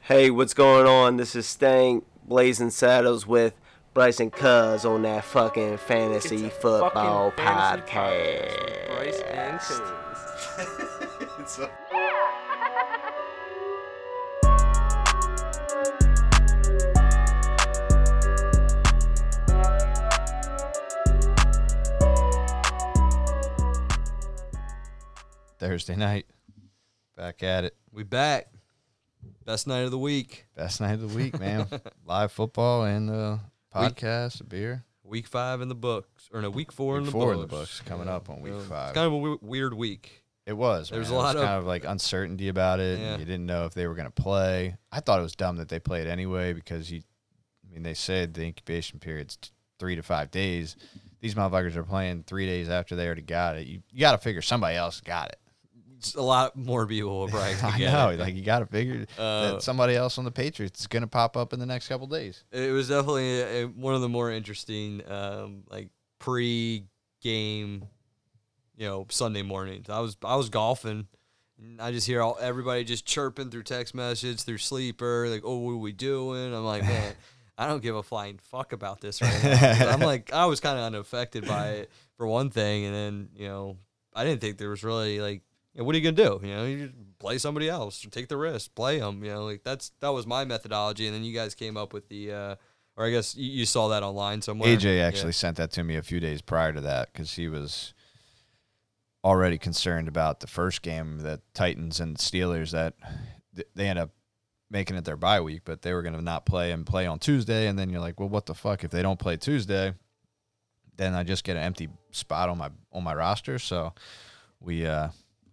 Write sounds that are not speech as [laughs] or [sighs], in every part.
Hey, what's going on? This is Stank Blazing Saddles with Bryson Cuz on that fucking fantasy It's a football fucking fantasy podcast. podcast with Bryce and Coons. it's a- Thursday night, back at it. We back. Best night of the week. Best night of the week, [laughs] man. Live football and uh, podcast, a beer. Week five in the books, or no, week four in Week the four books. in the books, coming up on week Yeah. five. It's kind of a we- weird week. It was. There was man. a It lot of- kind of like uncertainty about it. and Yeah. You didn't know if they were going to play. I thought it was dumb that they played anyway because you, I mean, they said the incubation period's t- three to five days. These motherfuckers are playing three days after they already got it. You, you got to figure somebody else got [laughs] it. It's a lot more [laughs] people will probably I get know. it. Like you got to figure Uh, that somebody else on the Patriots is going to pop up in the next couple days. It was definitely a, one of the more interesting, um, like pre-game, you know, Sunday mornings. I was I was golfing, and I just hear all everybody just chirping through text message, through sleeper, like, "Oh, what are we doing?" I'm like, man. I don't give a flying fuck about this right now. 'Cause I'm like, I was kind of unaffected by it for one thing, and then you know, I didn't think there was really like, you know, what are you gonna do? You know, you just play somebody else, take the risk, play them. You know, like that's that was my methodology, and then you guys came up with the, uh, or I guess you, you saw that online somewhere. AJ Yeah. actually sent that to me a few days prior to that because he was already concerned about the first game that Titans and Steelers that th- they end up making it their bye week, but they were going to not play and play on Tuesday. And then you're like, well, what the fuck if they don't play Tuesday? Then I just get an empty spot on my on my roster. So we, uh,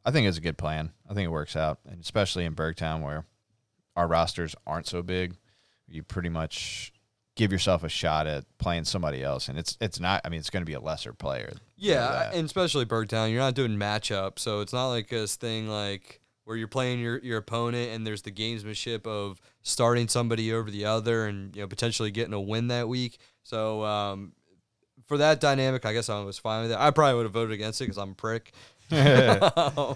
I think it's a good plan. I think it works out, and especially in Bergtown where our rosters aren't so big. You pretty much give yourself a shot at playing somebody else, and it's it's not. I mean, it's going to be a lesser player. Yeah, Like I- that. and especially Bergtown, you're not doing matchup, so it's not like this thing like where you're playing your, your opponent and there's the gamesmanship of starting somebody over the other and you know potentially getting a win that week. So um, for that dynamic, I guess I was fine with it. I probably would have voted against it because I'm a [laughs] prick. Um,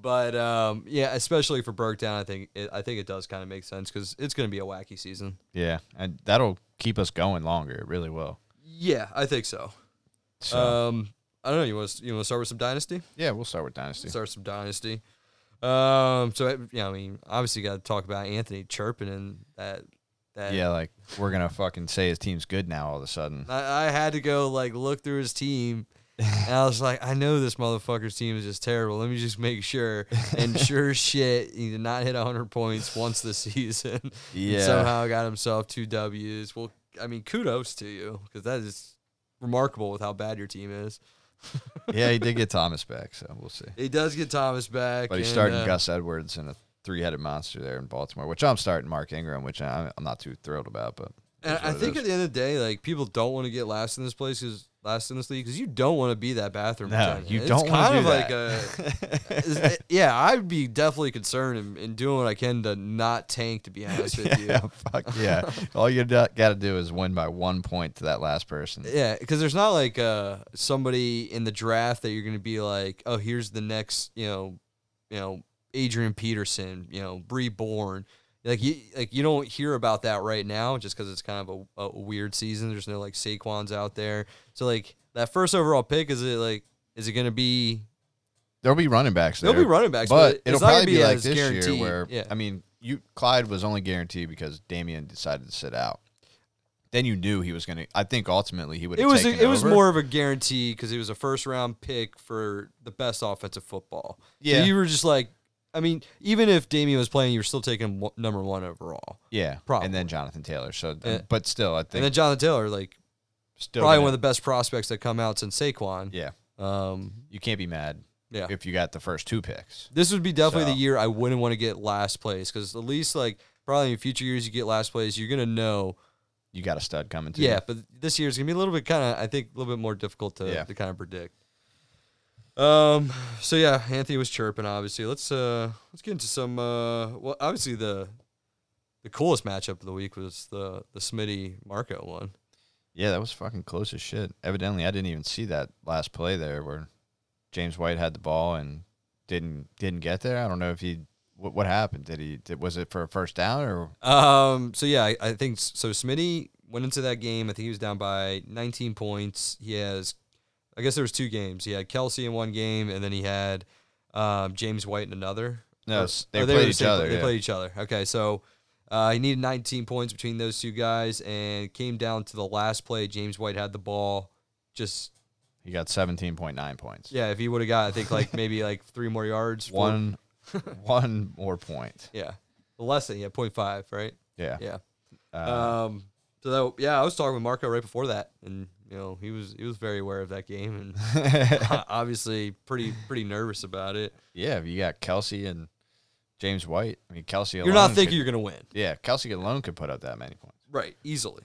but um, yeah, especially for Bergtown, I think it, I think it does kind of make sense because it's going to be a wacky season. yeah, and that'll keep us going longer. It really will. Yeah, I think so. So Um, I don't know. You want to you want to start with some dynasty? yeah, we'll start with dynasty. start some dynasty. Um, so you know, I mean, obviously, got to talk about Anthony chirping and that. That yeah, like we're gonna fucking say his team's good now all of a sudden. I, I had to go like look through his team, and I was like, I know this motherfucker's team is just terrible. Let me just make sure. [laughs] And sure as shit, he did not hit hundred points once this season. And Yeah. [laughs] somehow got himself two Ws. Well, I mean, kudos to you because that is remarkable with how bad your team is. yeah, he did get Thomas back, so we'll see. He does get Thomas back, But he's and, starting uh, Gus Edwards and a three-headed monster there in Baltimore, which I'm starting Mark Ingram, which I'm, I'm not too thrilled about. But And is I what it think is. at the end of the day, like people don't want to get last in this place because last in this league because you don't want to be that bathroom. no, vagina. you It's don't kind want of to like a. is it- yeah, I'd be definitely concerned and, and doing what I can to not tank. To be [laughs] honest with [laughs] yeah, you, fuck yeah. [laughs] All you got to do is win by one point to that last person. yeah, because there's not like uh somebody in the draft that you're going to be like, oh, here's the next, you know, you know, Adrian Peterson, you know, reborn. Like you, like you don't hear about that right now, just because it's kind of a, a weird season. There's no like Saquon's out there, so like that first overall pick is it like is it going to be? There'll be running backs. There. There'll be running backs, but but it'll it's not gonna probably be like as this guaranteed. year where yeah. I mean, you Clyde was only guaranteed because Damian decided to sit out. Then you knew he was going to. I think ultimately he would. it was a, taken it was over. more of a guarantee because it was a first round pick for the best offensive football. So Yeah. you were just like, I mean, even if Damian was playing, you were still taking one, number one overall, yeah, Probably. and then Jonathan Taylor. So, Yeah. but still, I think and then Jonathan Taylor, like still probably gonna- one of the best prospects that come out since Saquon. yeah, Um, you can't be mad yeah, if you got the first two picks. this would be definitely So- the year I wouldn't want to get last place because at least like probably in future years you get last place, you're gonna know. You got a stud coming to you. Yeah, but this year's gonna be a little bit kind of I think a little bit more difficult to, Yeah. to kind of predict. Um. So yeah, Anthony was chirping. Obviously, let's uh let's get into some uh well obviously the the coolest matchup of the week was the the Smitty Marco one. Yeah, that was fucking close as shit. Evidently, I didn't even see that last play there where James White had the ball and didn't didn't get there. I don't know if he What, what happened? Did he? Did, was it for a first down or? Um. So yeah, I, I think s- so. Smitty went into that game. I think he was down by 19 points. He has, I guess there was two games. He had Kelsey in one game, and then he had um, James White in another. No, Or- s- they or were played the each same- other, They yeah. played each other. Okay, so uh, he needed 19 points between those two guys, and it came down to the last play. James White had the ball. Just He got seventeen point nine points. yeah, if he would have got, I think like maybe like three more yards. [laughs] four- One, one more point. Yeah, less than yeah, 0.5, right? Yeah. Yeah. Uh, Um, so that, yeah, I was talking with Marco right before that, and you know he was he was very aware of that game, and [laughs] obviously pretty pretty nervous about it. [laughs] yeah. If you got Kelsey and James White, I mean Kelsey. You're not alone thinking could- you're gonna win, yeah, Kelsey alone could put up that many points. right? Easily,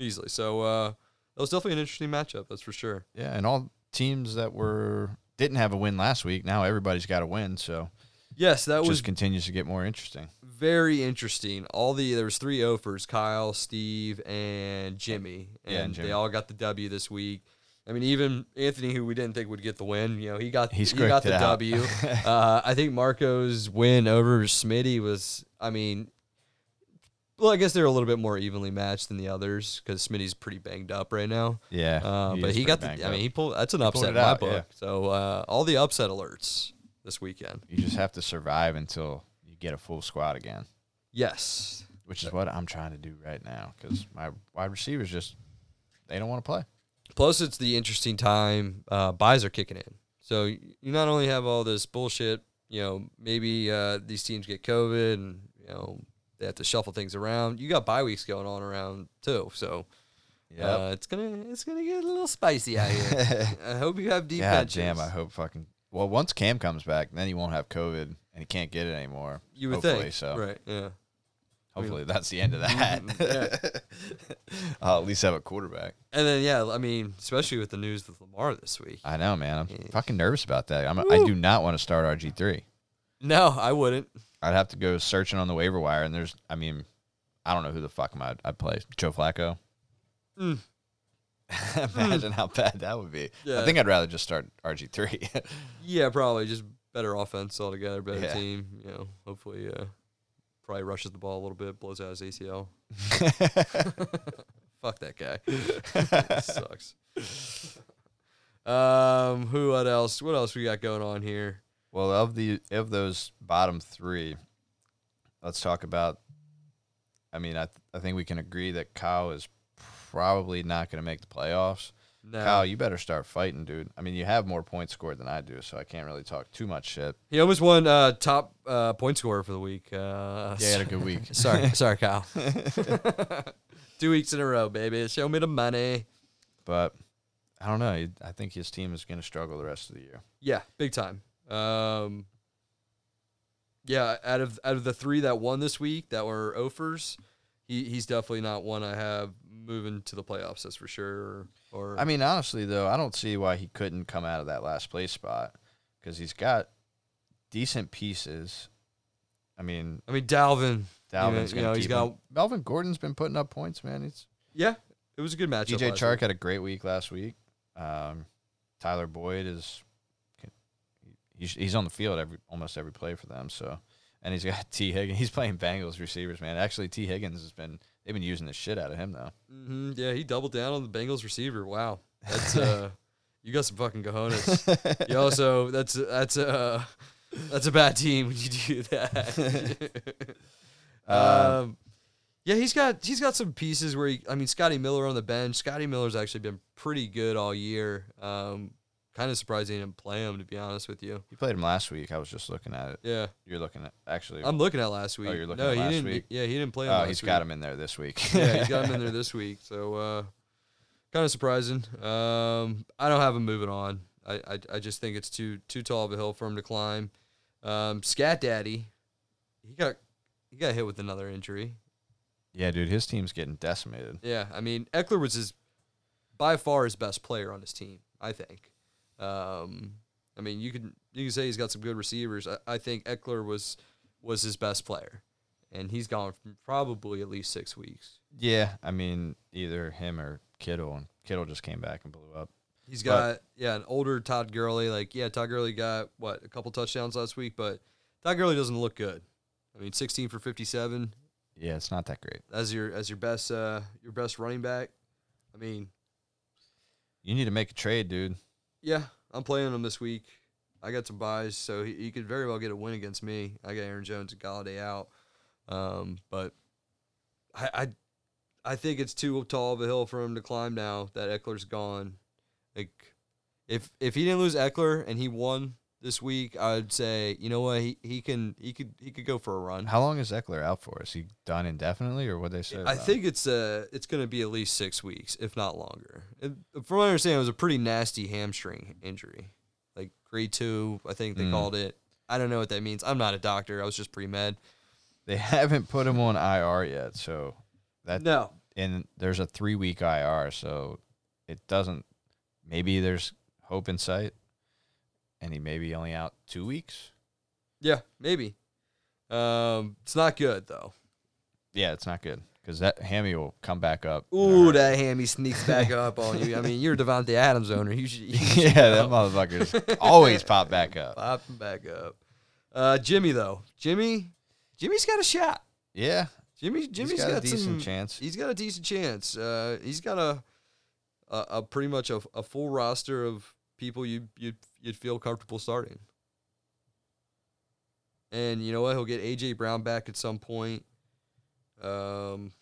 easily. So uh, that was definitely an interesting matchup, that's for sure. Yeah, and all teams that were didn't have a win last week. Now everybody's got a win, so Yes, that it was Uh, just continues to get more interesting. very interesting. All the there was three offers: Kyle, Steve, and Jimmy, and, Yeah, and Jimmy. they all got the W this week. I mean, even Anthony, who we didn't think would get the win, you know, he got He he, got squirked it the out. [laughs] W. uh, I think Marco's win over Smitty was, I mean, well, I guess they're a little bit more evenly matched than the others because Smitty's pretty banged up right now. Yeah, Uh, but is pretty he got the, banged I up. mean, he pulled. That's an pulled upset it in my out, book. yeah. So uh, all the upset alerts this weekend. you just have to survive until you get a full squad again, Yes, which is what I'm trying to do right now because my wide receivers just they don't want to play. Plus, it's the interesting time uh, buys are kicking in. So you not only have all this bullshit, you know, maybe uh, these teams get COVID and you know they have to shuffle things around. You got bye weeks going on around too, so [laughs] uh, it's gonna it's gonna get a little spicy out [laughs] here. I hope you have deep God benches. damn, I hope fucking. Well, once Cam comes back, then he won't have COVID and he can't get it anymore. you would hopefully, think, so. right? Yeah, [laughs] Hopefully, that's the end of that. mm-hmm, [laughs] I'll at least have a quarterback. and then yeah, I mean, especially with the news with Lamar this week. I know, man. I'm Yeah. fucking nervous about that. I'm, I do not want to start RG three. No, I wouldn't. I'd have to go searching on the waiver wire, and there's, I mean, I don't know who the fuck I'd, I'd play. Joe Flacco. Mm. [laughs] Imagine how bad that would be. I Yeah. think I'd rather just start RG three. [laughs] Yeah, probably just better offense altogether, better Yeah. team. You know, hopefully, uh, probably rushes the ball a little bit, blows out his ACL. [laughs] Fuck that guy. [laughs] sucks. Um, who? What else? What else we got going on here? well, of the of those bottom three, let's talk about. I mean, I th- I think we can agree that Kyle is probably not going to make the playoffs. No, Kyle, you better start fighting, dude. I mean, you have more points scored than I do, so I can't really talk too much shit. he almost won uh, top uh, point scorer for the week. Uh, Yeah, you had [laughs] a good week. [laughs] sorry, sorry, Kyle. [laughs] Two weeks in a row, baby. Show me the money. but I don't know. I think his team is going to struggle the rest of the year. Yeah, big time. Um, yeah, out of out of the three that won this week that were offers, he, he's definitely not one I have moving to the playoffs. That's for sure. Or I mean, honestly, though, I don't see why he couldn't come out of that last place spot because he's got decent pieces. I mean, I mean Dalvin. Dalvin's you going know, to he's keep him. Melvin Gordon's been putting up points, man. He's Yeah, it was a good matchup. DJ last Chark week. had a great week last week. Um, Tyler Boyd is he's, he's on the field every almost every play for them. So, and he's got [laughs] T Higgins. He's playing Bengals receivers, man. Actually, T Higgins has been they've been using the shit out of him though. Mhm, yeah, he doubled down on the Bengals receiver. Wow, [laughs] that's uh, you got some fucking cojones. [laughs] you also that's that's uh, that's a bad team when you [laughs] do that. Uh, Um, yeah, he's got he's got some pieces where he. I mean, Scotty Miller on the bench. Scotty Miller's actually been pretty good all year. Um, kind of surprised they didn't play him to be honest with you. You played him last week. I was just looking at it. Yeah, You're looking at actually. I'm looking at last week. Oh, you're looking no, at he last didn't. week. Yeah, he didn't play him. oh, last he's week. got him in there this week. [laughs] yeah, he's got him [laughs] in there this week. So uh, kind of surprising. Um, I don't have him moving on. I, I I just think it's too too tall of a hill for him to climb. Um, Scat Daddy, he got he got hit with another injury. yeah, dude, his team's getting decimated. Yeah, I mean Eckler was his by far his best player on his team. I think. Um, I mean you can you can say he's got some good receivers. I, I think Eckler was was his best player, and he's gone from probably at least six weeks. Yeah, I mean, either him or Kittle, and Kittle just came back and blew up. He's got But- yeah an older Todd Gurley. Like yeah, Todd Gurley got what a couple touchdowns last week, but Todd Gurley doesn't look good. I mean, 16 for 57 Yeah, it's not that great. as your as your best uh your best running back. I mean, You need to make a trade, dude. yeah, I'm playing him this week. I got some buys, so he, he could very well get a win against me. I got Aaron Jones and Galladay out, um, but I, I I think it's too tall of a hill for him to climb now that Eckler's gone. Like, if if he didn't lose Eckler and he won this week, I'd say you know what he, he can he could he could go for a run. How long is Eckler out for? Is he done indefinitely, or what they say? I about him? think it's uh it's going to be at least six weeks, if not longer. It, from what I understand, it was a pretty nasty hamstring injury, like grade two. I think they Mm. called it. I don't know what that means. I'm not a doctor. I was just pre med. they [laughs] haven't put him on IR yet. So that No, and there's a three week IR, so it doesn't. Maybe there's hope in sight, and he may be only out two weeks. yeah, maybe. Um, it's not good though. Yeah, it's not good because that hammy will come back up. in a Ooh, hurry. [laughs] that hammy sneaks back [laughs] up on you. I mean, you're Devontae Adams owner. [laughs] You should, you should yeah, that know. [laughs] motherfucker's always pop back up. pop him back up. Uh, Jimmy though, Jimmy, Jimmy's got a shot. Yeah, Jimmy, Jimmy's he's got, a decent some, chance. He's got a decent chance. Uh, he's got a, a, a pretty much a, a full roster of people you you'd, you'd feel comfortable starting. And you know what? He'll get AJ Brown back at some point. Um,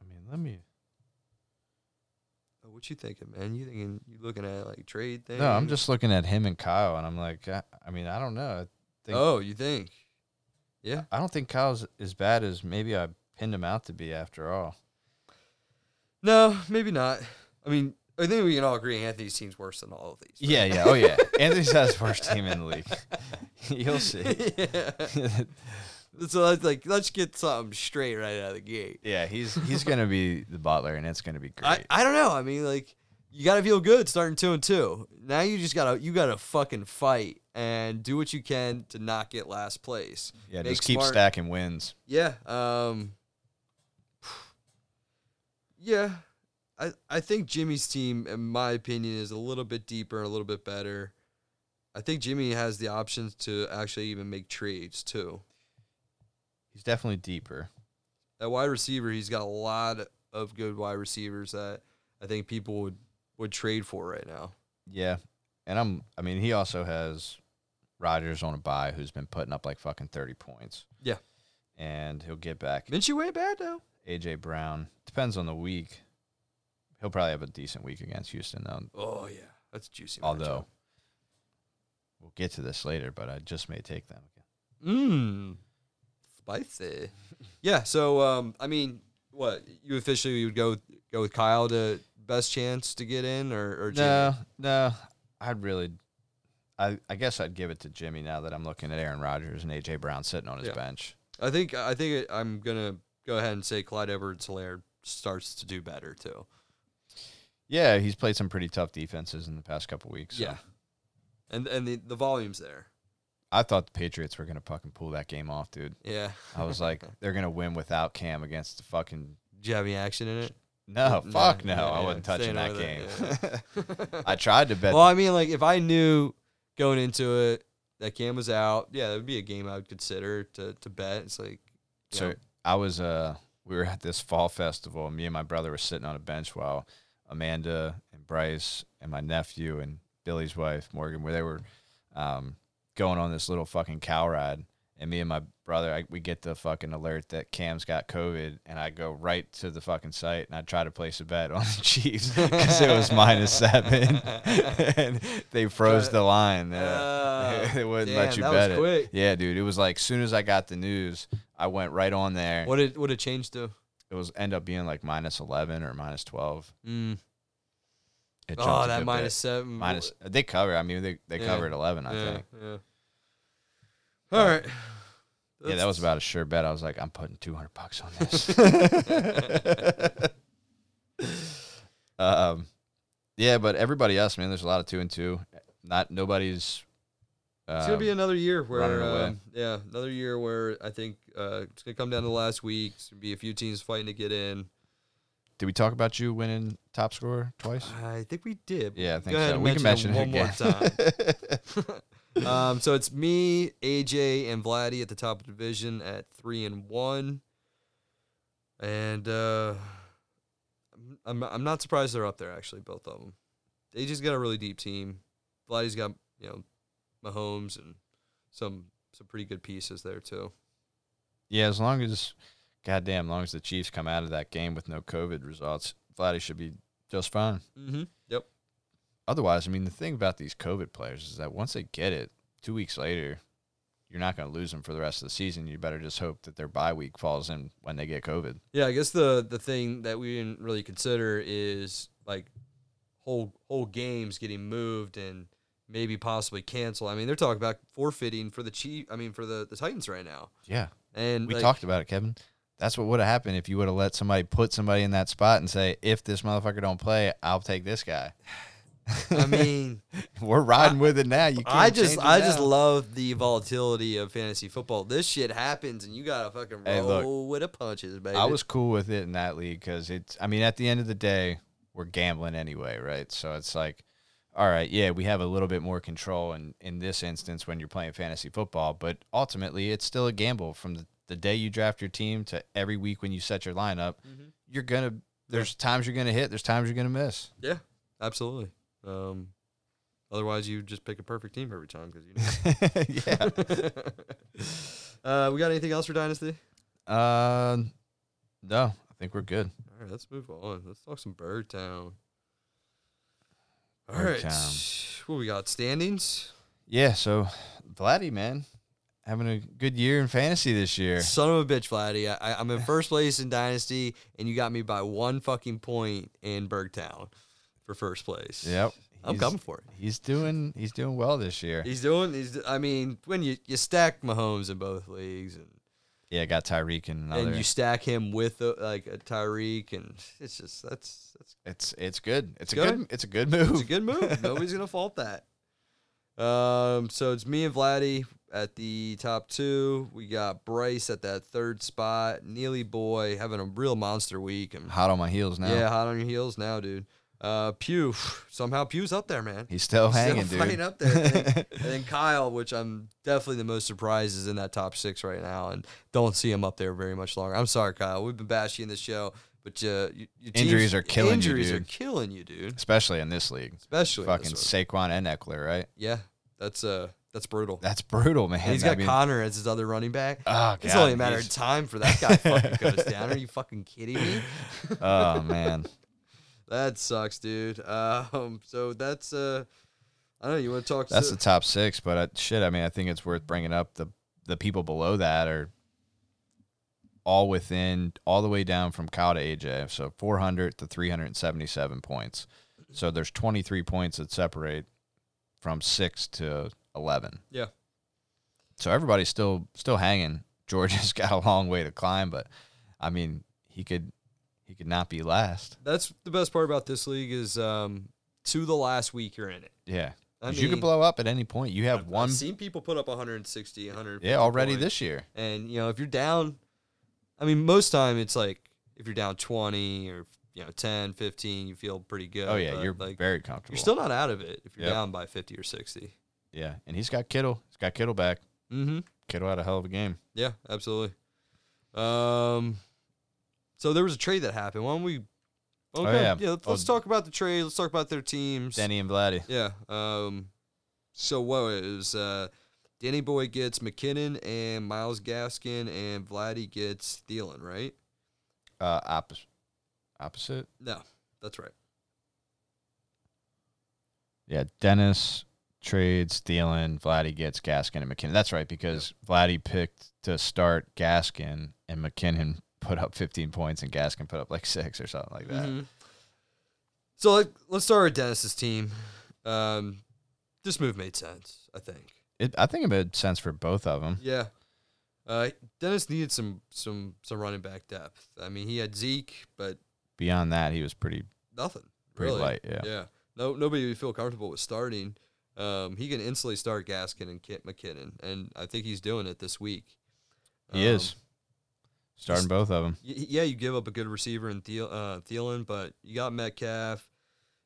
I mean, let me. oh, what you thinking, man? You thinking you looking at like trade things? No, I'm just looking at him and Kyle, and I'm like, I, I mean, I don't know. I think Oh, you think? Yeah. I don't think Kyle's as bad as maybe I pinned him out to be after all. No, maybe not. I mean, I think we can all agree Anthony's team's worse than all of these. right? Yeah, yeah, oh yeah. [laughs] Anthony's not his worst team in the league. [laughs] You'll see. [laughs] [laughs] yeah. [laughs] So that's like, let's get something straight right out of the gate. yeah, he's he's gonna be the butler, and it's gonna be great. I, I don't know. I mean, like, you gotta feel good starting two and two. Now you just gotta you gotta fucking fight and do what you can to not get last place. yeah, make just keep smart- stacking wins. Yeah. Um. Yeah, I I think Jimmy's team, in my opinion, is a little bit deeper, a little bit better. I think Jimmy has the options to actually even make trades too. He's definitely deeper. at wide receiver, he's got a lot of good wide receivers that I think people would would trade for right now. Yeah, and I'm. I mean, he also has Rodgers on a bye, who's been putting up like fucking thirty points. Yeah. and he'll get back Minshew ain't bad though. AJ Brown. Depends on the week. He'll probably have a decent week against Houston though. Oh yeah, that's a juicy. Although we'll get to this later, but I just may take them. again. mmm, spicy. yeah. So um, I mean, what you officially would go go with Kyle to best chance to get in or or Jimmy? No, no, I'd really. I, I guess I'd give it to Jimmy now that I'm looking at Aaron Rodgers and AJ Brown sitting on his Yeah. bench. I think I think I'm gonna go ahead and say Clyde Edwards Hilaire starts to do better too. Yeah, he's played some pretty tough defenses in the past couple weeks. so Yeah. And and the, the volume's there. I thought the Patriots were gonna fucking pull that game off, dude. Yeah. I [laughs] was like, they're gonna win without Cam against the fucking. Do you have any action in it? No, Nah, Oh, fuck no, yeah, I yeah, wasn't touching staying that over game. [laughs] that, [laughs] I tried to bet. well, I mean, like if I knew going into it that Cam was out, yeah, that would be a game I would consider to to bet. It's like, you So know, I was uh we were at this fall festival and me and my brother were sitting on a bench while Amanda and Bryce and my nephew and Billy's wife, Morgan, where they were um going on this little fucking cow ride and me and my brother I, we get the fucking alert that Cam's got COVID and I go right to the fucking site and I try to place a bet on the [laughs] Chiefs because it was minus seven [laughs] and they froze the line. Yeah. Oh, [laughs] they wouldn't damn, let you that was bet it. quick. Yeah, dude. It was like soon as I got the news, I went right on there. what did what it changed to? It was end up being like minus eleven or minus twelve. Mm. It jumped Oh, a good that bit. minus seven. minus. They cover. I mean, they they Yeah, covered eleven. I yeah, think. yeah. But- All right. Yeah, that was about a sure bet. I was like, I'm putting two hundred bucks on this. [laughs] [laughs] um, yeah, but everybody else, man. There's a lot of two and two. Not nobody's. Um, It's gonna be another year where, running away. um, yeah, another year where I think uh, it's gonna come down to the last week. It's gonna be a few teams fighting to get in. did we talk about you winning top scorer twice? [sighs] I think we did. Yeah, I think ahead so. and We can mention it mention it one more again. time. [laughs] Um, so it's me, AJ, and Vladdy at the top of the division at three and one. And uh, I'm I'm not surprised they're up there actually, both of them. AJ's got a really deep team. Vladdy's got you know Mahomes and some some pretty good pieces there too. [laughs] Yeah, as long as, goddamn, as long as the Chiefs come out of that game with no COVID results, Vladdy should be just fine. Mm-hmm. Yep. Otherwise, I mean, the thing about these COVID players is that once they get it, two weeks later, you're not going to lose them for the rest of the season. You better just hope that their bye week falls in when they get COVID. Yeah, I guess the the thing that we didn't really consider is like whole whole games getting moved and maybe possibly cancel. I mean, they're talking about forfeiting for the chief. I mean, for the the Titans right now. Yeah. And We like, talked about it, Kevin. That's what would have happened if you would have let somebody put somebody in that spot and say, if this motherfucker don't play, I'll take this guy. I mean, [laughs] We're riding with it now. You can't I just change it I just now. love the volatility of fantasy football. This shit happens, and you gotta fucking Hey, look. roll with the punches, baby. I was cool with it in that league because it's. I mean, at the end of the day, we're gambling anyway, right? So it's like, all right, yeah, we have a little bit more control in in this instance when you're playing fantasy football, but ultimately, it's still a gamble from the, the day you draft your team to every week when you set your lineup. Mhm. You're gonna. There's times you're gonna hit. There's times you're gonna [laughs] miss. yeah, absolutely. Um, otherwise, you just pick a perfect team every [laughs] time because you. Know. yeah. [laughs] uh, we got anything else for Dynasty? Um. no, I think we're good. All right, let's move on. Let's talk some Bird Town. All right, Bird Town. what we got? Standings. Yeah. So, Vladdy, man, having a good year in fantasy this year. Son of a bitch, Vladdy. I, I, I'm [laughs] in first place in Dynasty, and you got me by one fucking point in Bergtown for first place. Yep. I'm he's- coming for it. He's doing he's doing well this year. He's doing. He's. I mean, when you you stack Mahomes in both leagues, and Yeah, got Tyreek and another. and you stack him with a, like a Tyreek, and it's just that's that's it's it's good. It's, a good. good. It's a good move. It's a good move. Nobody's gonna fault that. Um, so it's me and Vladdy at the top two. We got Bryce at that third spot. Neely boy having a real monster week. And [laughs] Hot on my heels now. yeah, hot on your heels now, dude. Uh, Pew [sighs] somehow Pew's up there, man. He's still Still hanging, [laughs] fighting dude. up there. [laughs] I think. and then Kyle, which I'm definitely the most surprised is in that top six right now, and don't see him up there very much longer. I'm sorry, Kyle. We've been bashing you in the show, but uh, you, your team's- Injuries are killing you, Injuries are dude. killing you, dude. Especially in this league. Especially in this Fucking one. Saquon and Eckler, right? Yeah, that's uh that's brutal. That's brutal, man. and he's I got mean, Connor as his other running back. Oh, it's God, only a matter of he's- time for that guy fucking [laughs] goes down. Are you fucking kidding me? [laughs] Oh man. That sucks, dude. Um, so that's uh, I don't know. You want to talk? That's to, the top six, but I, shit, I mean, I think it's worth bringing up the the people below that are all within all the way down from Kyle to AJ, so 400 to 377 points. So there's 23 points that separate from six to 11. Yeah. So everybody's still still hanging. [laughs] George has got a long way to climb, but I mean, he could he could not be last. that's the best part about this league is um to the last week you're in it. Yeah. I 'Cause you could mean, blow up at any point. You have one I've seen people put up 160, 150 yeah already points. this year. And you know, if you're down, I mean, most time it's like if you're down 20 or you know 10, 15, you feel pretty good. Oh yeah, but, you're like very comfortable. you're still not out of it if you're Yep. down by 50 or 60. Yeah, and he's got Kittle. He's got Kittle back. Mm-hmm. Kittle had a hell of a game. Yeah, absolutely. Um, so there was a trade that happened. Why don't we? Okay, yeah. yeah. let's, let's Oh. talk about the trade. Let's talk about their teams. Denny and Vladdy. Yeah. Um, so what it was uh, Danny Boy gets McKinnon and Miles Gaskin, and Vladdy gets Thielen, right? Uh, opposite. Opposite. No, that's right. Yeah, Dennis trades Thielen. Vladdy gets Gaskin and McKinnon. That's right because Vladdy picked to start Gaskin and McKinnon put up 15 points and Gaskin put up like six or something like that. Mhm. So like, let's start with Dennis's team. Um, this move made sense, I think. It, I think it made sense for both of them. Yeah. Uh, Dennis needed some some some running back depth. I mean, he had Zeke, but Beyond that, he was pretty nothing pretty really. light. Yeah. No, nobody would feel comfortable with starting. Um, he can instantly start Gaskin and Kit McKinnon, and I think he's doing it this week. he is Um, starting both of them. y- yeah, you give up a good receiver in Thiel, uh, Thielen, but you got Metcalf.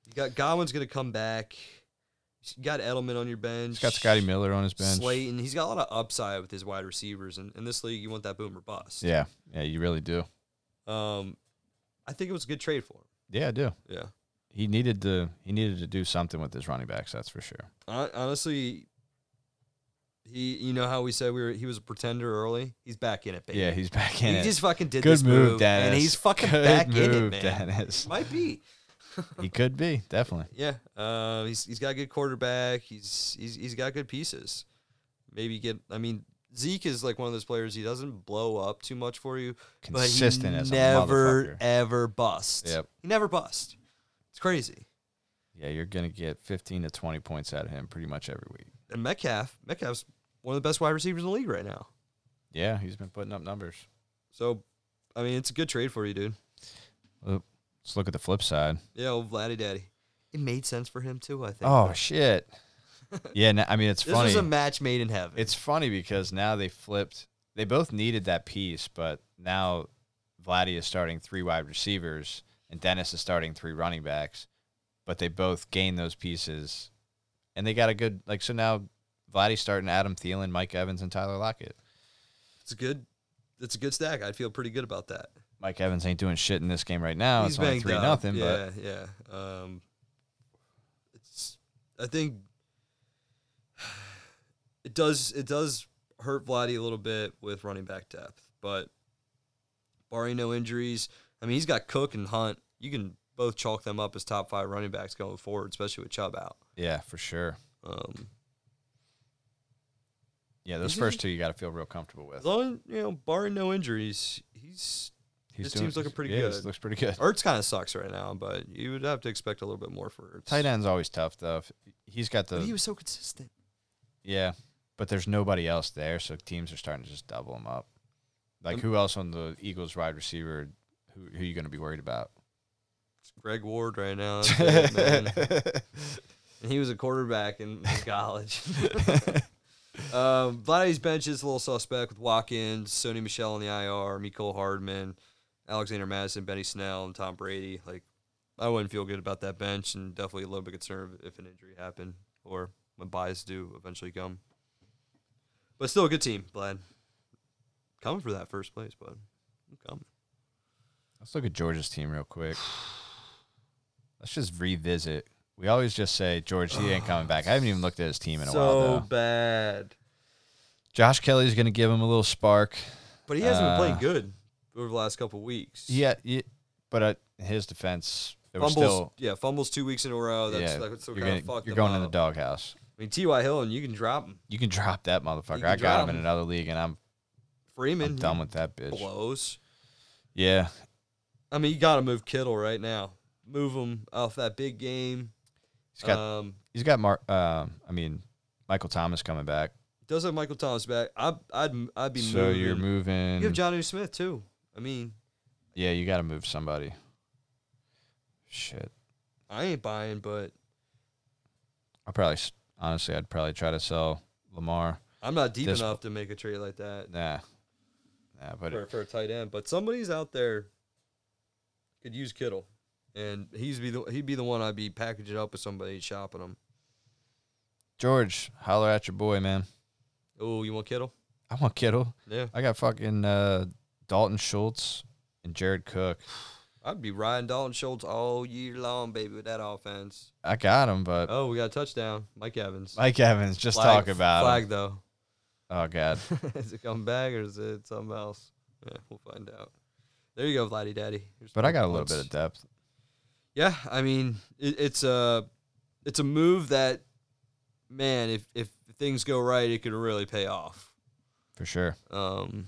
You got Godwin's going to come back. You got Edelman on your bench. He's got Scotty Miller on his bench. Slayton. He's got a lot of upside with his wide receivers, and in this league, you want that boom or bust. Yeah, yeah, you really do. Um, I think it was a good trade for him. Yeah, I do. Yeah. He needed to he needed to do something with his running backs. That's for sure. Hon- Honestly, he. You know how we said we were. He was a pretender early. He's back in it, baby. Yeah, he's back in he it. just fucking did Good this move, move, Dennis. and he's fucking Good back in it, move, man. [laughs] Dennis. Might be. he could be definitely. Yeah, uh, he's he's got a good quarterback. He's he's he's got good pieces. Maybe get. I mean, Zeke is like one of those players. He doesn't blow up too much for you, Consistent but he as a never motherfucker. ever busts. Yep. he never busts. It's crazy. Yeah, you're gonna get 15 to 20 points out of him pretty much every week. And Metcalf, Metcalf's one of the best wide receivers in the league right now. Yeah, he's been putting up numbers. So, I mean, it's a good trade for you, dude. Let's look at the flip side. Yeah, old Vladdy Daddy. It made sense for him too. I think. Oh shit. [laughs] yeah, no, I mean it's this funny. was a match made in heaven. It's funny because now they flipped. They both needed that piece, but now Vladdy is starting three wide receivers and Dennis is starting three running backs, but they both gain those pieces, and they got a good like. So now Vladdy's starting Adam Thielen, Mike Evans, and Tyler Lockett. it's a good. It's a good stack. I feel pretty good about that. Mike Evans ain't doing shit in this game right now. He's it's only banged three up. nothing, but Yeah, yeah. Um, it's. I think. [sighs] It does. It does hurt Vladdy a little bit with running back depth, but barring no injuries, I mean he's got Cook and Hunt. You can both chalk them up as top five running backs going forward, especially with Chubb out. yeah, for sure. Um, Yeah, those He's in- first two you got to feel real comfortable with. as long as, you know, barring no injuries, he's He's This team's looking pretty yeah, this good. Looks pretty good. Ertz kind of sucks right now, but you would have to expect a little bit more for Ertz. Tight end's always tough though. If- He's got the but he was so consistent. Yeah, but there's nobody else there, so teams are starting to just double them up. Like Um, who else on the Eagles wide receiver? Who, who are you going to be worried [laughs] about? Greg Ward right now. [laughs] That's it, man. And he was a quarterback in in college. [laughs] um, Vladdy's bench is a little suspect with Watkins, Sony Michelle on the IR, Miko Hardman, Alexander Madison, Benny Snell, and Tom Brady. Like, I wouldn't feel good about that bench, and definitely a little bit concerned if an injury happened or when buys do eventually come. But still a good team, Vlad. Coming for that first place, bud. I'm coming. Let's look at Georgia's team real quick. Let's just revisit. We always just say George he ain't coming back. I haven't even looked at his team in a while though. bad. Josh Kelly's going to give him a little spark. But he hasn't Uh, been playing good over the last couple weeks. Yeah, yeah but uh, his defense, there was fumbles, still. yeah, fumbles two weeks in a row. That's yeah, that's what you're, kind of gonna- fucked you're them going in the up. doghouse. I mean, T.Y. Hill, and you can drop him. You can drop that motherfucker. can I got drop him in him. another league, and I'm, Freeman I'm done with that bitch. blows. Yeah, I mean, you got to move Kittle right now. Move him off that big game. he's got um, he's got Mark. Um, I mean, Michael Thomas coming back. does have Michael Thomas back. I, I'd I'd be so moving. you're moving. You have Johnny Smith too. I mean, yeah, you got to move somebody. Shit, I ain't buying, but I probably s- honestly, I'd probably try to sell Lamar. I'm not deep This- enough to make a trade like that Nah, nah, but for, for a tight end. But somebody's out there could use Kittle, and he's be the he'd be the one I'd be packaging up with somebody shopping him. George, holler at your boy, man. Oh, you want Kittle? I want Kittle. Yeah, I got fucking uh, Dalton Schultz and Jared Cook. I'd be riding Dalton Schultz all year long, baby, with that offense. I got him, but Oh, we got a touchdown, Mike Evans. Mike Evans, just Flag- talk about flag him. though. [laughs] Oh god, is it coming back or is it something else? Yeah, we'll find out. There you go, Vladdy Daddy. Here's but I my got a little points. bit of depth. Yeah, I mean, it, it's a it's a move that, man, if if things go right, it could really pay off. For sure. Um,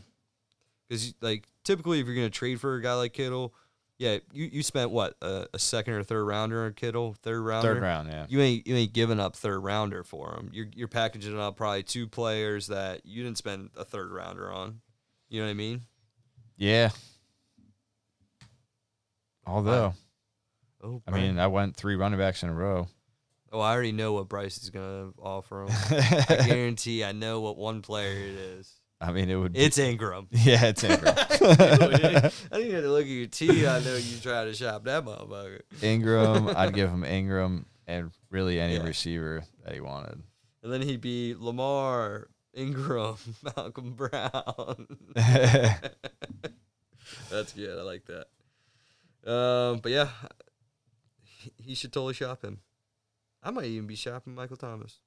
because like typically, if you're gonna trade for a guy like Kittle, yeah, you, you spent what a, a second or third rounder on Kittle, third rounder, Third round, yeah. you ain't you ain't giving up third rounder for him. You're you're packaging up probably two players that you didn't spend a third rounder on. You know what I mean? Yeah. Although, Oh, I mean, I went three running backs in a [laughs] row. oh, I already know what Bryce is gonna [laughs] offer him. I guarantee I know what one player it is. I mean, it would. Be, It's Ingram. [laughs] [laughs] yeah, it's [laughs] Ingram. I didn't have to look at your team. I know you try to shop that motherfucker. Ingram. I'd give him Ingram. and really any Yeah. receiver that he [laughs] wanted. And then he'd be Lamar, Ingram, [laughs] Malcolm Brown. [laughs] That's good. I like that. Um, but yeah, he- he should totally shop him. I might even be shopping Michael Thomas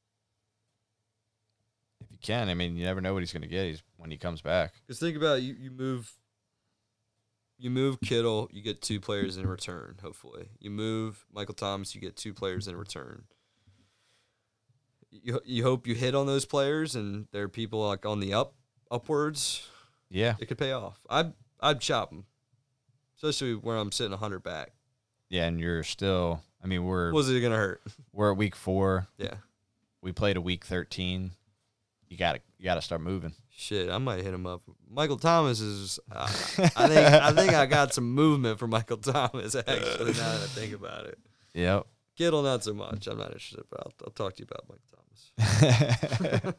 if you can, I mean, you never know what he's going to get. He's when he comes back. because think about it, you. You move. You move Kittle, you get two players in return. Hopefully, you move Michael Thomas, you get two players in return. You you hope you hit on those players, and there are people like on the up upwards. Yeah, it could pay off. I'd I'd chop them, especially where I'm sitting 100 back. yeah, and you're still. I mean, we're Was it gonna hurt? [laughs] we're at week four. Yeah, We played a week thirteen. You got to you got to start moving. shit. I might hit him up. Michael [laughs] Thomas is. Uh, I think I think I got some movement for Michael [laughs] Thomas. Actually, now that I think about it, Yep. Kittle not so much. I'm not interested, but I'll, I'll talk to you about Michael Thomas.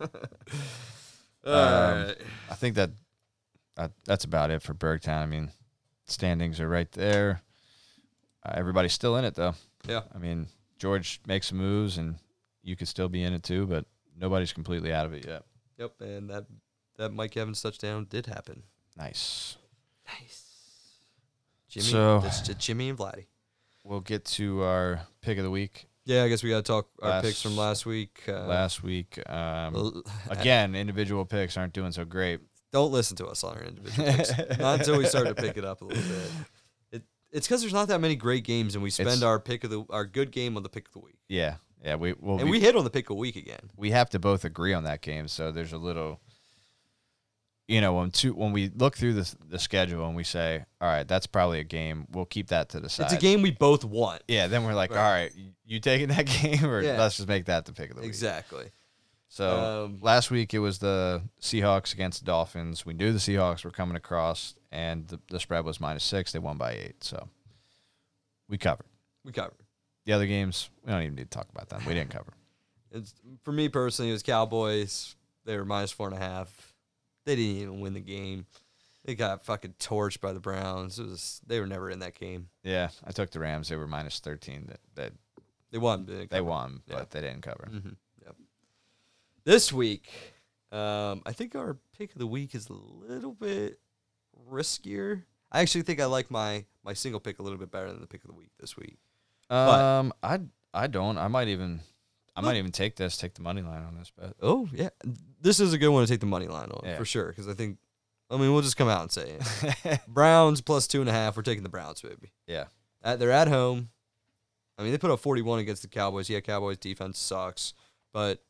[laughs] [laughs] All right. Um, I think that, that that's about it for Bergtown. I mean, standings are right there. Uh, everybody's still in it though. Yeah. I mean, George makes some moves, and you could still be in it too, but nobody's completely out of it yet. Yep, and that that Mike Evans touchdown did happen. Nice. Nice. Jimmy, So- that's to Jimmy and Vladdy. We'll get to our pick of the week Yeah, I guess we got to talk our picks from Last- last week. Uh, last week. Um, l- again, individual picks aren't doing so great. don't listen to us on our individual picks. [laughs] not until we start to pick it up a little bit. It, it's because there's not that many great games, and we spend It's- our pick of the our good game on the pick of the week, Yeah, yeah. We will and we hit on the pick of the week again. we have to both agree on that game. So there's a little, you know, when two when we look through the the schedule and we say, all right, that's probably a game. We'll keep that to the side. It's a game we both want. Yeah. Then we're like, Right. all right, you taking that [laughs] game, or Yeah. let's just make that the pick of the week. Exactly. So Um, last week it was the Seahawks against the Dolphins. We knew the Seahawks were coming across, and the, the spread was minus six. They won by eight, so we covered. We covered. The other games, we don't even need to talk about them. We didn't [laughs] cover. It's, for me personally, it was Cowboys. They were minus four and a half. They didn't even win the game. They got fucking torched by the Browns. It was they were never in that game. Yeah, I took the Rams. They were minus thirteen. That that They won. but didn't they cover. won, Yeah. but they didn't cover. Mm-hmm. Yep. This week, um, I think our pick of the week is a little bit riskier. I actually think I like my my single pick a little bit better than the pick of the week this week. But- Um, I I don't. I might even I Look- might even take this. Take the money line on this bet. Oh yeah, this is a good one to take the money line on Yeah. for sure because I think, I mean, we'll just come out and say [laughs] it. Browns plus two and a half. We're taking the Browns, baby. [laughs] Yeah. At, they're at home. I mean, they put up 41 against the Cowboys. Yeah, Cowboys defense sucks, but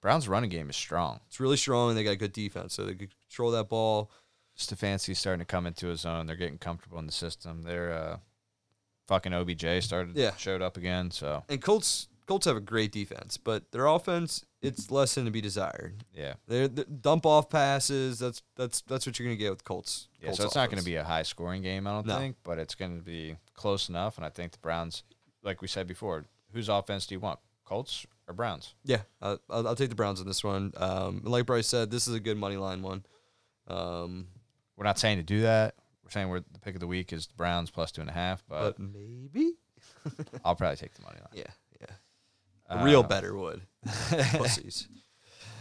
Browns running game is strong. it's really strong and they got good defense, so they could control that ball. Stefanski's starting to come into his own. They're getting comfortable in the system. They're uh, fucking OBJ started Yeah. showed up again. So and Colts Colts have a great defense, but their offense it's lesson to be desired. yeah, They're, they dump off passes. That's that's that's what you're gonna get with Colts. yeah. Colts so it's not going offense. to be a high scoring game, I don't No. think, but it's going to be close enough. And I think the Browns, like we said before, whose offense do you want, Colts or Browns? Yeah, I, I'll, I'll take the Browns on this one. Um, like Bryce said, this is a good money line one. Um, We're not saying to do that. We're saying we're the pick of the week is the Browns plus two and a half, but but maybe. I'll probably take the money line. Yeah, yeah. A real Uh, [laughs] better would. Pussies.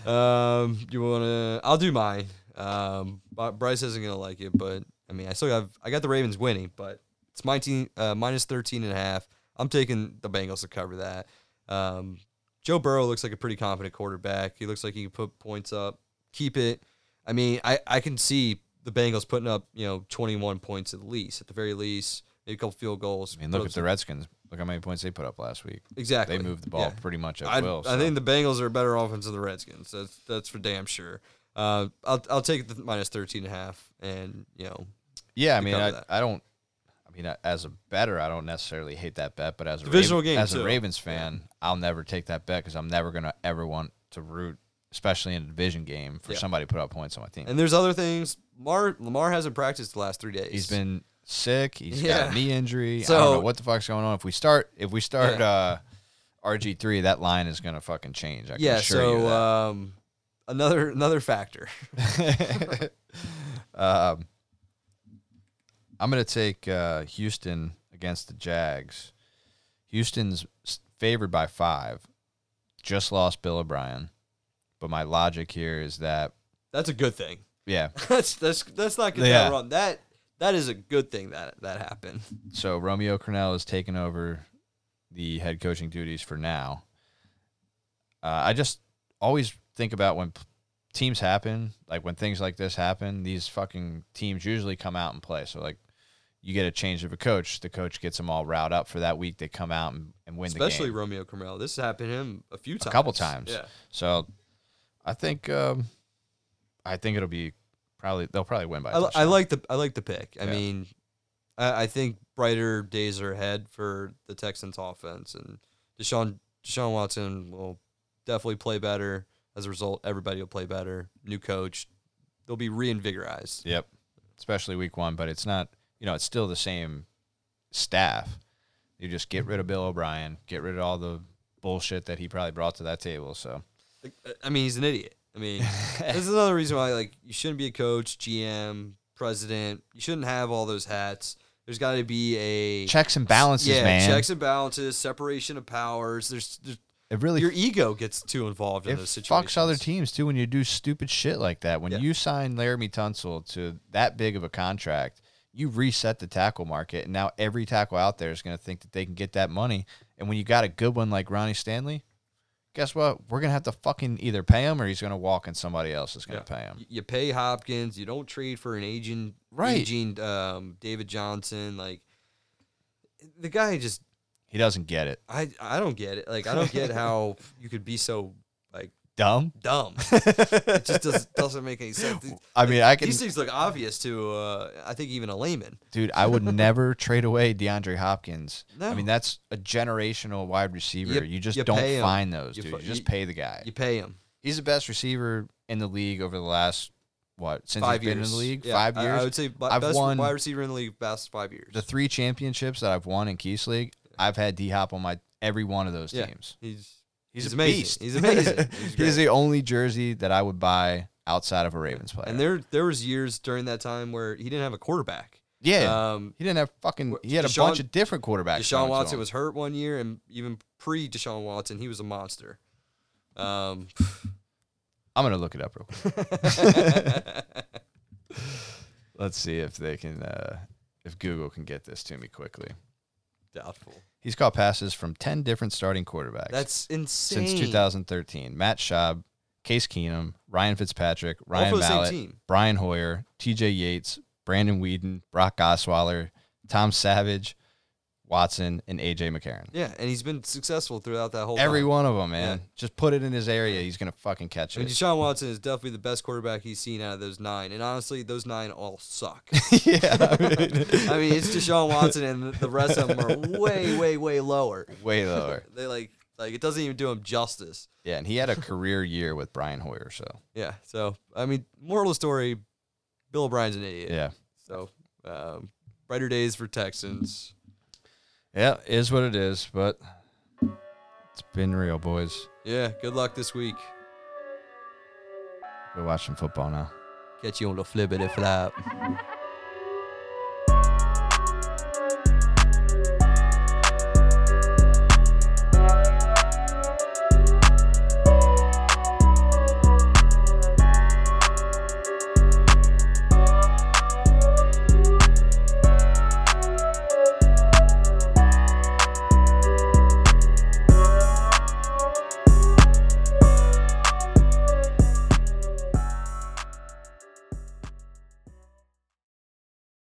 Um, you wanna? I'll do mine. Um, Bri- Bryce isn't gonna like it, but I mean, I still have. I got the Ravens winning, but it's 19 uh, minus 13 and a half. I'm taking the Bengals to cover that. Um, Joe Burrow looks like a pretty confident quarterback. He looks like he can put points up, keep it. I mean, I, I can see the Bengals putting up, you know, 21 points at least, at the very least, maybe a couple field goals. I mean, put look up at the some- Redskins. Look how many points they put up last week. exactly. They moved the ball Yeah. pretty much at I, will. I think the Bengals are a better offense than the Redskins. That's that's for damn sure. Uh, I'll I'll take the minus 13 and a half and you know Yeah, I to mean, cover I, that. I don't. I mean, I- as a better, I don't necessarily hate that bet, but as a Divisional Raven, game, as a too. Ravens fan, I'll never take that bet because I'm never gonna ever want to root, especially in a division game, for Yeah. somebody to put up points on my team. and there's other things. Lamar Lamar hasn't practiced the last three days. he's been sick. He's got Yeah. a knee injury. I don't So- know what the fuck's going on. If we start, if we start uh, RG three, that line is gonna fucking change. I can yeah. assure you So that. um, another another factor. [laughs] [laughs] um, I'm going to take uh, Houston against the Jags. Houston's s- favored by five. Just lost Bill O'Brien, but my logic here is that That's a good thing. [laughs] yeah. Let's let's let's not get Yeah. that wrong. That that is a good thing that that happened. So Romeo Cornell has taken over the head coaching duties for now. Uh, I just always think about when p- teams happen, like when things like this happen, these fucking teams usually come out and play. So like. You get a change of a coach. The coach gets them all riled up for that week. They come out and, and win the game. Especially Romeo Cornell. This happened to him a few times. couple times. Yeah. So I think um, I think it'll be probably they'll probably win by. a I, li- I touchdown. like the I like the pick. I Yeah. mean, I, I think brighter days are ahead for the Texans offense, and Deshaun Deshaun Watson will definitely play better. As a result, everybody will play better. New coach, they'll be reinvigorized. Yep. Especially week one, but it's not. You know, it's still the same staff. You just get rid of Bill O'Brien, get rid of all the bullshit that he probably brought to that table. So Like, uh, I mean, he's an idiot. [laughs] I mean, this is another reason why like you shouldn't be a coach, GM, president. You shouldn't have all those hats. There's got to be a checks and balances, yeah, man. checks and balances, separation of powers. There's, there's it really your ego gets too involved in it those situations. fucks other teams too when you do stupid shit like that. When Yeah. you sign Laramie Tunsil to that big of a contract, you reset the tackle market, and now every tackle out there is going to think that they can get that money. And when you got a good one like Ronnie Stanley, guess what? We're going to have to fucking either pay him or he's going to walk, and somebody else is going to pay him. Y- You pay Hopkins. You don't trade for an aging, Right. aging um, David Johnson. Like the guy just, He doesn't get it. I, I don't get it. Like I don't get [laughs] how you could be so like [laughs] Dumb. dumb. It just doesn't, doesn't make [laughs] any sense. These- I mean, I can, These things look obvious to, uh, I think even a layman. [laughs] dude. I would never trade away DeAndre Hopkins. I No. mean, that's a generational wide receiver. You, You- just you pay don't him. find those, You dude. fu- you just you- pay the guy. You pay him he's the best receiver in the league over the last what since 5 he's years been in the league Yeah, five I- years. I, would say b- I've best won- wide receiver in the league past five years. the three championships that I've won in Keith's league, I've had D Hop on my every one of those Yeah. teams. He's He's, He's a amazing. beast. [laughs] He's amazing. He's he's great. the only jersey that I would buy outside of a Ravens player. and there there was years during that time where he didn't have a quarterback. yeah, Um, he didn't have fucking. wh- He had a Deshaun- bunch of different quarterbacks. thrown Deshaun to Watson him. was hurt one year, and even pre Deshaun Watson, he was a monster. [laughs] Um, [laughs] I'm gonna look it up real quick. Let's see if they can. Uh, if Google can get this to me quickly. doubtful. He's caught passes from ten different starting quarterbacks. That's insane. since 2013. Matt Schaub, Case Keenum, Ryan Fitzpatrick, Ryan for the same Mallett, team. Brian Hoyer, T.J. Yates, Brandon Whedon, Brock Osweiler, Tom Savage, Watson, and A.J. McCarron. Yeah, and he's been successful throughout that whole. Every time. one of them, man. Yeah. Just put it in his area. He's gonna fucking catch [laughs] I mean, it. Deshaun Watson is definitely the best quarterback he's seen out of those nine, and honestly, those nine all suck. [laughs] yeah. [laughs] I I mean, it's Deshaun Watson, and the rest of them are way, way, way lower. [laughs] way lower. They like like it doesn't even do him justice. Yeah, and he had a career year with Brian Hoyer. So Yeah. So I mean, moral of the story, Bill O'Brien's an idiot. yeah, So um, brighter days for Texans. yeah, is what it is. But it's been real, boys. Yeah. Good luck this week. Go watch some football now. Catch you on the flippity flap.